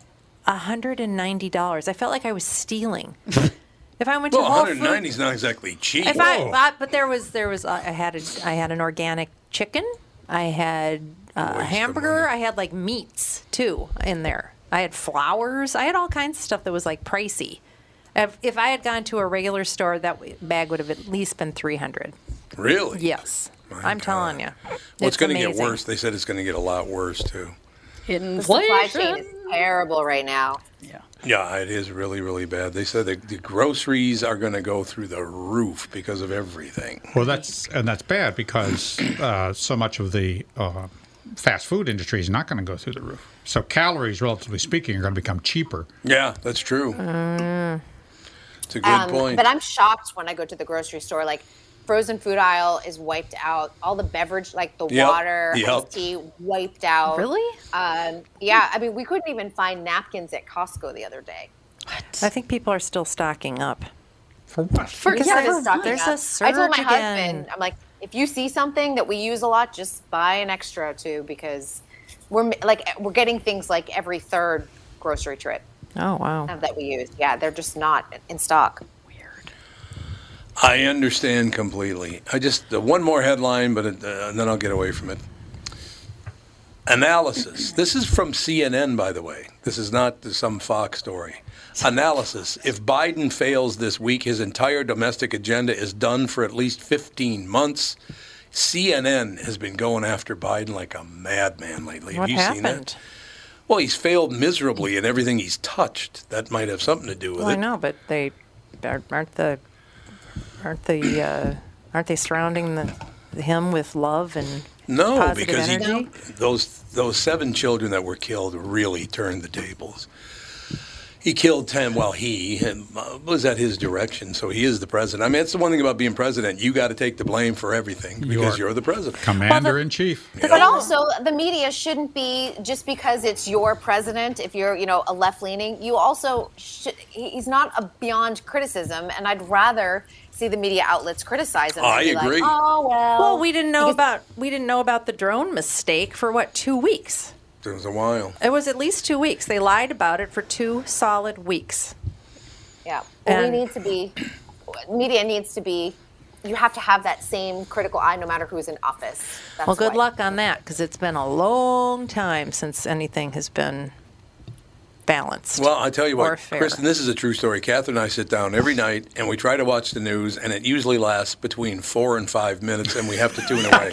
$190. I felt like I was stealing. if I went to
Well,
Whole
190
Foods,
is not exactly cheap.
if I
Whoa.
bought, but there was there was I had a, I had an organic chicken. I had uh, a
Waste of
hamburger.
money.
I had like meats too in there. I had flowers. I had all kinds of stuff that was like pricey. If, if I had gone to a regular store, that w- bag would have at least been three hundred.
really?
Yes,
My
I'm
God.
telling you.
Well, it's going to get
amazing.
worse. They said it's going to get a lot worse too.
The supply chain is terrible right now.
Yeah.
Yeah, it is really, really bad. They said the, the groceries are going to go through the roof because of everything.
Well, that's and that's bad because uh, so much of the uh, fast food industry is not going to go through the roof. So calories, relatively speaking, are going to become cheaper.
Yeah, that's true. It's a good
Um,
point.
But I'm shocked when I go to the grocery store. Like frozen food aisle is wiped out. All the beverage, like the
Yep,
water,
yep.
iced tea, wiped out.
Really?
Um, yeah. I mean, we couldn't even find napkins at Costco the other day.
I think people are still stocking up.
For what?
For,
Because
yeah,
it is
for
stocking
There's
up.
a surge
I told my
again.
husband, I'm like, if you see something that we use a lot, just buy an extra too, because we're m- like we're getting things like every third grocery trip
Oh wow.
uh, that we use. Yeah, they're just not in stock.
I understand completely. I just uh, one more headline, but it, uh, and then I'll get away from it. Analysis. This is from CNN, by the way. This is not some Fox story. Analysis. If Biden fails this week, his entire domestic agenda is done for at least 15 months. CNN has been going after Biden like a madman lately.
What
Have you seen
happened?
that? Well, he's failed miserably in everything he's touched. That might have something to do with
Well, I
it.
know, but they aren't aren't the aren't the uh, aren't they surrounding the, him with love and
No,
positive
because he-
energy?
those those seven children that were killed really turned the tables. He killed ten. Well, he and, uh, was at his direction, so he is the president. I mean, that's the one thing about being president. You got to take the blame for everything because
are
you're the president,
commander in chief.
But also, the media shouldn't be just because it's your president. If you're, you know, a left leaning, you also should, he- he's not a beyond criticism. And I'd rather see the media outlets criticize him. and
I
be like,
agree.
oh well.
Well, we didn't know about we didn't know about the drone mistake for what two weeks.
It was a while.
It was at least two weeks. They lied about it for two solid weeks.
Yeah. Well,
And-
we need to be, media needs to be, you have to have that same critical eye no matter who's in office. That's
well, good
why.
luck on that because it's been a long time since anything has been balanced.
Well, I tell you
or
what,
fair.
Kristen, this is a true story. Catherine and I sit down every night and we try to watch the news, and it usually lasts between four and five minutes, and we have to tune away.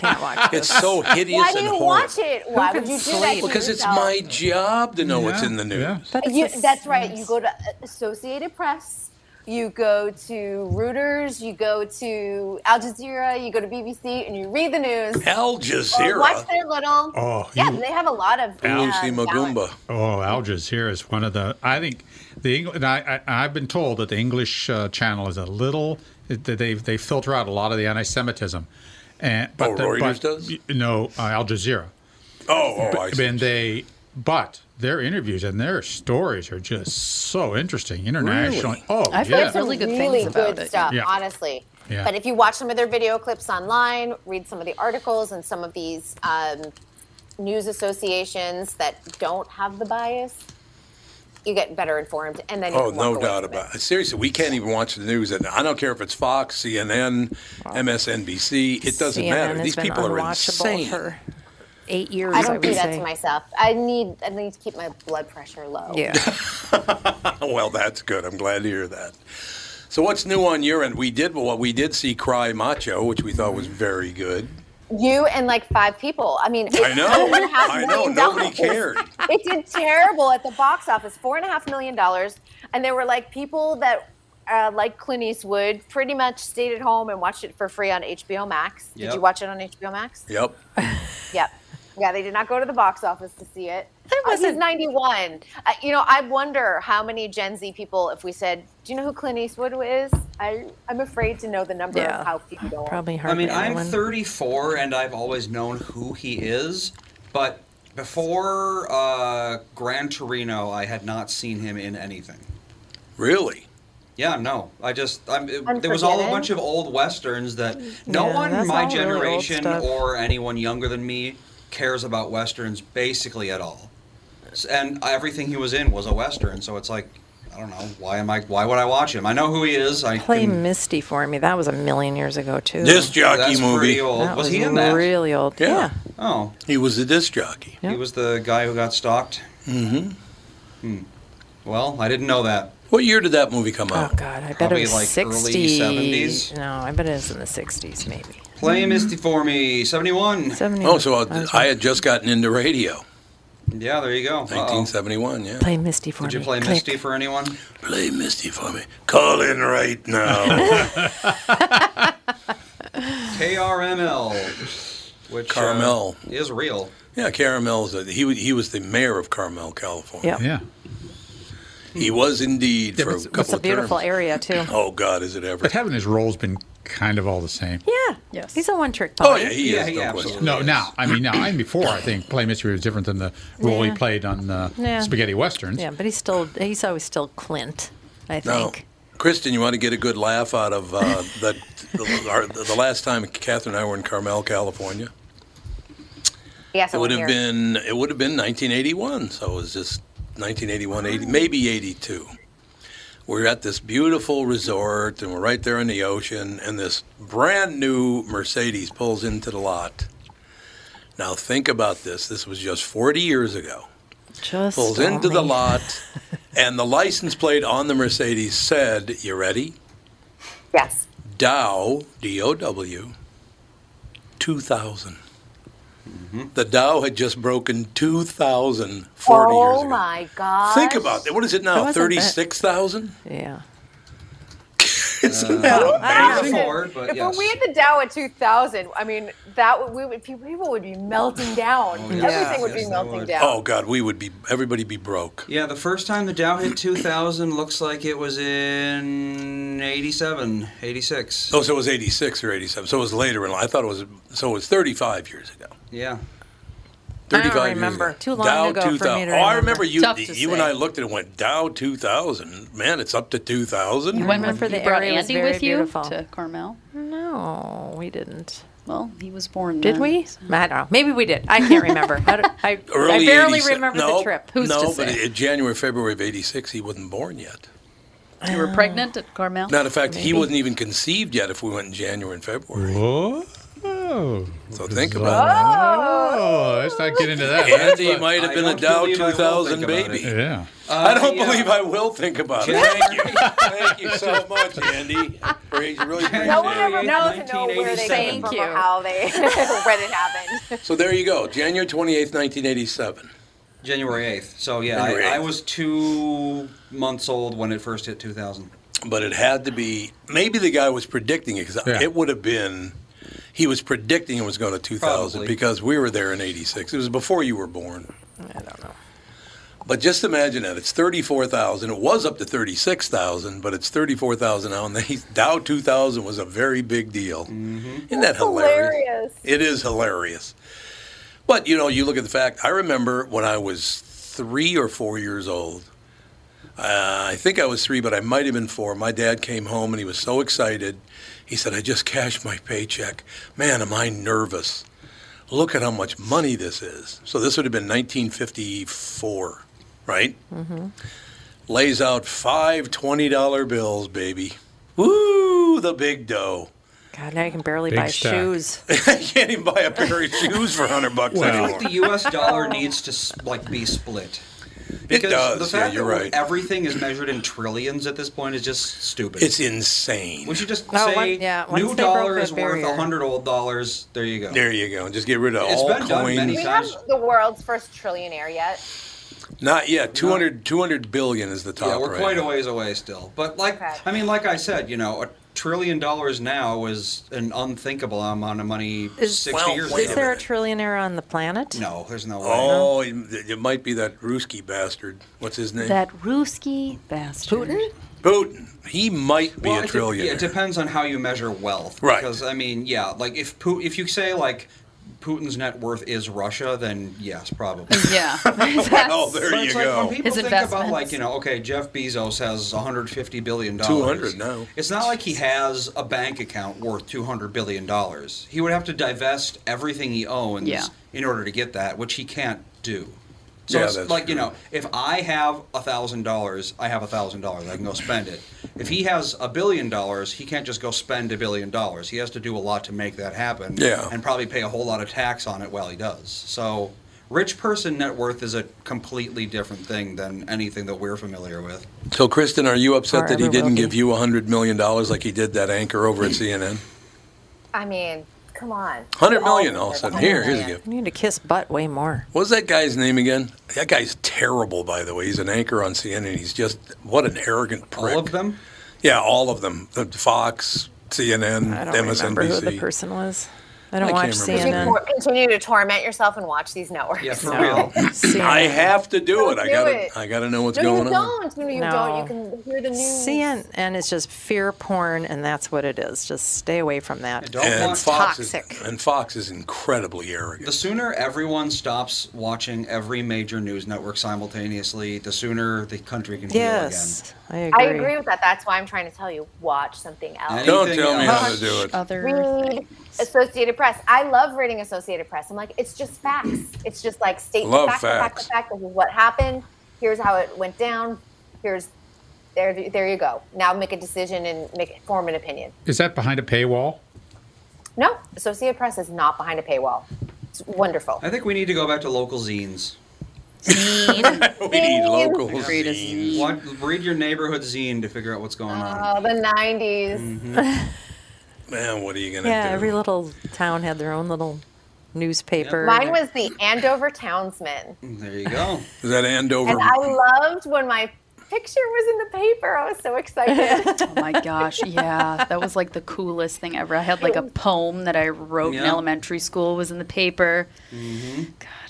it's so hideous
Why do
and
you
horrible.
watch it? Why would you do that? to
Because it's
yourself?
my job to know what's in the news.
You, that's right. You go to Associated Press, you go to Reuters, you go to Al Jazeera, you go to BBC, and you read the news.
Al
Or
Jazeera?
watch their little.
Oh,
yeah,
you-
they have a lot of. uh, balance.
Oh, Al Jazeera is one of the. I think the England. I, I I've been told that the English uh, channel is a little. that They they filter out a lot of the anti-Semitism. And, but
Oh,
the,
Reuters
but-
does?
No, uh, Al Jazeera.
Oh, oh, I
but,
see.
and they but their interviews and their stories are just so interesting international.
Really?
Oh,
I've
yeah.
heard some really good stuff,
Yeah.
honestly.
Yeah.
But if you watch some of their video clips online, read some of the articles and some of these um, news associations that don't have the bias, you get better informed. And then you
Oh,
walk
no
away
doubt
from it.
about it. Seriously, we can't even watch the news. And I don't care if it's Fox, CNN, MSNBC. It doesn't
CNN
matter.
has
These
been
people are
unwatchable
insane.
for eight years.
I don't
would
do that
say.
to myself. I need I need to keep my blood pressure low.
well, that's good. I'm glad to hear that. So, what's new on your end? We did well. We did see Cry Macho, which we thought was very good.
You and like five people. I mean,
I
it's
know.
four and a half
I know.
million
Nobody
dollars.
cared.
It did terrible at the box office. Four and a half million dollars, and there were like people that, uh, like Clint Eastwood, pretty much stayed at home and watched it for free on HBO Max.
Yep.
Did you watch it on HBO Max?
Yep.
Yep. Yeah, they did not go to the box office to see it. It was he's 91. Uh, you know, I wonder how many Gen Z people, if we said, "Do you know who Clint Eastwood is?" I, I'm afraid to know the number
Yeah.
of how few don't.
Probably hard.
I mean, I'm 34 and I've always known who he is, but before uh, Gran Torino, I had not seen him in anything.
Really?
Yeah, no. I just I'm, it, there was all a
Unforgiven?
bunch of old westerns that no
Yeah,
one
that's
my
all really old
generation
stuff.
or anyone younger than me cares about westerns basically at all. S- And everything he was in was a western, so it's like I don't know why am I why would I watch him? I know who he is. I
Play
can,
Misty for me. That was a million years ago too.
Disc jockey
That's
movie.
pretty old.
That
Was
was
he in that?
Really old. Yeah.
Oh,
he was a disc jockey.
He was the guy who got stalked.
Mm-hmm.
Well, I didn't know that.
What year did that movie come
Oh
out?
God, I bet
Probably
it was
like early
60s.
70s.
No, I bet it was in the 60s maybe. Hmm.
Play Misty for me, seventy-one.
Oh, so I, I had just gotten into radio.
Yeah, there you go. Uh-oh.
1971. Yeah.
Play Misty for
Did
me.
you play
Click.
Misty for anyone?
Play Misty for me. Call in right now.
KRML, which uh,
Carmel.
is real.
yeah, Caramel's. A, he wa- he was the mayor of Carmel, California.
Yep.
Yeah.
He was indeed for a couple
It's a
of terms.
beautiful area too.
Oh God, is it ever?
But haven't his roles been kind of all the same.
Yeah. Yes. He's a one trick
Oh,
pony.
No, now I mean now. I mean before I think Play Mystery was different than the role
Yeah.
he played on uh,
Yeah.
Spaghetti Westerns.
Yeah, but he's still he's always still Clint, I
No.
think.
Kristen, you want to get a good laugh out of uh, that? The, our, the last time Catherine and I were in Carmel, California,
Yes,
it
I
would
went
have
here.
been it would have been 1981. So it was just 1981, 80, maybe 82. We're at this beautiful resort, and we're right there in the ocean, and this brand new Mercedes pulls into the lot. Now think about this. This was just 40 years ago.
Just
pulls into the lot, and the license plate on the Mercedes said, "You ready?
Yes.
Dow D O W two The Dow had just broken 2,040 years
Oh
ago.
my god.
Think about that. What is it
That
now?
wasn't bad.
Thirty-six thousand.
Yeah.
Isn't that
Wow.
amazing?
If we had the Dow at 2000, I mean, that would, we would people would be melting down.
yeah.
Everything would
Oh, Yes,
be melting down.
Oh God, we would be. Everybody be broke.
Yeah, the first time the Dow hit 2000 looks like it was in 87, 86.
Oh, so it was eighty-six or eighty-seven. So it was later in life. I thought it was. So it was thirty-five years ago.
Yeah.
Thirty-five years
remember.
ago.
Too long
Dow
ago for me to
2000. Oh, I
remember.
remember you.
Tough
You
to
and
say.
I looked at it. and Went Dow two thousand. Man, it's up to two thousand.
You went with
Remember the
you brought
area was
Andy
very
with you
beautiful.
to Carmel.
No, we didn't.
Well, he was born.
Did
then,
we?
so-
I don't know. Maybe we did. I can't remember. I, don't- I, I barely remember the trip. Who's
no,
to say?
but in January, February of '86, he wasn't born yet.
You were pregnant
Oh.
at Carmel.
Matter of fact, he wasn't even conceived yet. If we went in January and February,
Oh. Whoa.
so think
Bizarre.
about it.
Oh, let's not get into that.
Andy might have been
I
a
don't
Dow
believe I will
2000
think about
baby.
it.
Yeah.
I don't
yeah.
believe I will think about it.
January-
Uh, Thank you. Thank you so much, Andy. I appreciate- Really appreciate
No one ever
it.
wants to know where they came
1987.
from
Thank
or
you.
how they, when it happened.
So there you go, January 28th, 1987.
January 8th. So, yeah,
January
I, I
8th.
was two months old when it first hit 2000.
But it had to be, maybe the guy was predicting it because
Yeah.
it would have been, he was predicting it was going to 2000
Probably.
because we were there in 86. It was before you were born.
I don't know.
But just imagine that. It's 34,000. It was up to 36,000, but it's 34,000 now. And the Dow 2000 was a very big deal.
Mm-hmm.
Isn't that hilarious?
Hilarious.
It is hilarious. But you know, you look at the fact. I remember when I was three or four years old. Uh, I think I was three, but I might have been four. My dad came home and he was so excited. He said, "I just cashed my paycheck. Man, am I nervous! Look at how much money this is." So this would have been 1954, right?
Mm-hmm.
Lays out five $20 bills, baby. Woo, the big dough.
God, now you can barely
Big
buy
stack.
shoes.
I can't even buy a pair of shoes for 100 bucks
Well,
I
anymore.
think the U.S. dollar needs to s- like be split. Because
does,
the
yeah,
fact
you're
that
right.
everything is measured in trillions at this point is just stupid.
It's insane.
we should just
Oh,
say
one- yeah, once
new
they broke
dollar
that
is worth
barrier.
a hundred old dollars. There you go.
There you go. Just get rid of
It's
all
been done many
We
coins.
times.
have
Sounds-
the world's first trillionaire yet.
Not yet. 200, 200 billion is the top.
yeah, we're
right
quite
now.
a ways away still. But like,
Okay.
I mean, like I said, you know, a trillion dollars now is an unthinkable amount of money
Is-
sixty
Well,
years
wait
ago.
Is there a trillionaire on the planet?
no, there's no way.
Oh, it, it might be that Ruski bastard. What's his name?
That Ruski bastard. Putin?
Putin. He might be
Well,
a
it de-
trillionaire.
yeah, it depends on how you measure wealth.
Right.
Because I mean, yeah, like if Pu- if you say like Putin's net worth is Russia, then yes, probably.
Yeah.
oh, there
But
you
it's like
go.
when people
His
think about
investments.
like you know, okay, Jeff Bezos has 150 billion dollars.
200 now.
It's not like he has a bank account worth 200 billion dollars. He would have to divest everything he owns
Yeah.
in order to get that, which he can't do. So
Yeah,
it's
that's
like you
true.
know, if I have a thousand dollars, I have a thousand dollars. I can go spend it. If he has a billion dollars, he can't just go spend a billion dollars. He has to do a lot to make that happen.
Yeah.
and probably pay a whole lot of tax on it while he does. So, rich person net worth is a completely different thing than anything that we're familiar with.
so, Kristen, are you upset that he
Forever
didn't
will
give
be.
you $100 million like he did that anchor over at CNN?
I mean, come on.
100 million all of a
That's
Oh,
sudden.
100
Here, here's a
million.
gift.
You need to kiss butt way more.
What was that guy's name again? That guy's terrible, by the way. He's an anchor on CNN. He's just, what an arrogant prick.
All of them.
Yeah, all of them. The Fox, CNN,
I don't remember who the
MSNBC.
person was. I don't watch CNN.
Tor- continue to torment yourself and watch these networks.
Yeah, for
No.
real. I have to do it. I
do
gotta.
it.
I gotta know what's
no,
going
you
on.
don't. No, you
No.
don't. You can hear the news.
CNN is just fear porn, and that's what it is. Just stay away from that.
And
it's
Fox is,
toxic.
and Fox is incredibly arrogant.
The sooner everyone stops watching every major news network simultaneously, the sooner the country can
Yes, I
heal again.
I agree with that. That's why I'm trying to tell you watch something else.
Don't Anything tell me else. how to
do it.
Read Associated Press. I love reading Associated Press. I'm like, it's just facts. It's just like state the
Love
fact, the fact, the
facts.
fact. This is what happened. Here's how it went down. Here's there. There you go. Now make a decision and make form an opinion.
Is that behind a paywall?
No, Associated Press is not behind a paywall. It's wonderful.
I think we need to go back to local zines.
we need local
zines. What- read your neighborhood zine to figure out what's going on.
Oh, the '90s.
Mm-hmm. Man, what are you gonna
Yeah,
do?
every little town had their own little newspaper.
Mine was the Andover Townsman.
Mm,
There you go.
Is that Andover?
And I loved when my picture was in the paper. I was so excited.
Oh my gosh, yeah, that was like the coolest thing ever. I had like a poem that I wrote in
Yeah.
elementary school was in the paper.
Mm-hmm.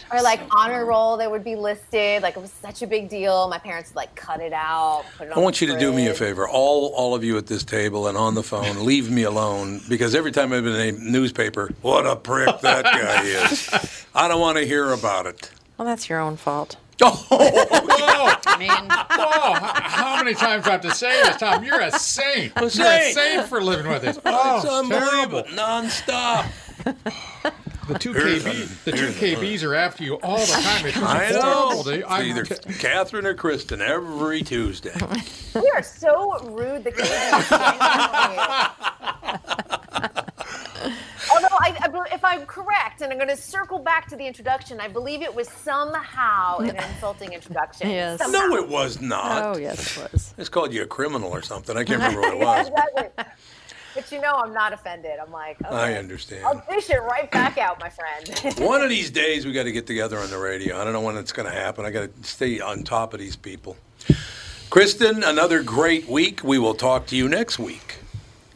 or like honor roll that would be listed. Like it was such a big deal. My parents would like cut it out, put it on
I want
the
you to do me a
fridge.
favor, all all of you at this table and on the phone, leave me alone because every time I've been in a newspaper, what a prick that guy is. I don't want to hear about it.
Well, that's your own fault.
I mean,
Oh, h- how many times do I have to say this, Tom? You're a saint.
A
You're a
saint.
saint for living with this.
Oh, it's
Oh, it's
unbelievable,
terrible.
nonstop.
The two
Here's
KB,
a-
the two
here's
KBs are after you all the time. It's just
I know.
horrible. They-
It's
I'm-
either Catherine or Kristen every Tuesday.
We are so rude. The kids are so angry. Although, I, I, bel- if I'm correct, and I'm going to circle back to the introduction, I believe it was somehow an insulting introduction.
Yes.
Somehow.
No, it was not.
Oh yes, it was.
It's called you a criminal or something. I can't remember what it was.
Exactly. But you know, I'm not offended. I'm like, okay,
I understand.
I'll dish it right back out, my friend.
One of these days, we got to get together on the radio. I don't know when it's going to happen. I got to stay on top of these people. Kristen, another great week. We will talk to you next week.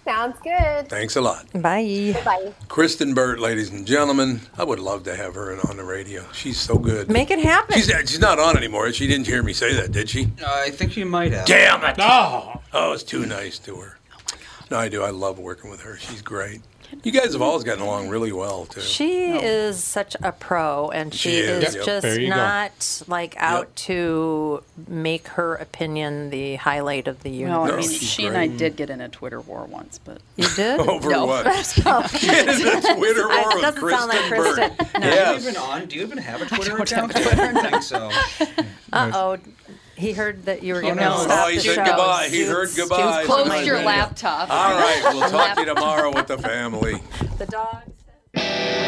Sounds good.
Thanks a lot.
Bye.
Bye.
Kristen Burt, ladies and gentlemen, I would love to have her in- on the radio. She's so good.
Make it Uh, happen.
She's, uh, she's not on anymore. She didn't hear me say that, did she?
I think you might have.
Damn it.
Oh,
Oh, it's too nice to her.
Oh,
No, I do. I love working with her. She's great. You guys have always gotten along really well, too.
She is such a pro, and she,
She is.
is,
Yep.
There
just
you go.
not like out to make her opinion the highlight of the
no,
universe.
I mean,
she's
she and I
great.
did get in a Twitter war once, but
You did?
Over
no.
what? Get in the Twitter
I-
war
it
with
doesn't
Kristen
sound like
Burt.
Kristen. No.
Do you
Yes.
even on? Do you even have a Twitter account? I don't think so.
Uh oh, he heard that you were going to
no.
stop
Oh, he
the
said
show.
goodbye. He heard
Scoots-
goodbye.
Scoots
Close
behind
Closed your
me.
Yeah.
laptop.
All right, we'll talk to you tomorrow with the family.
The dogs.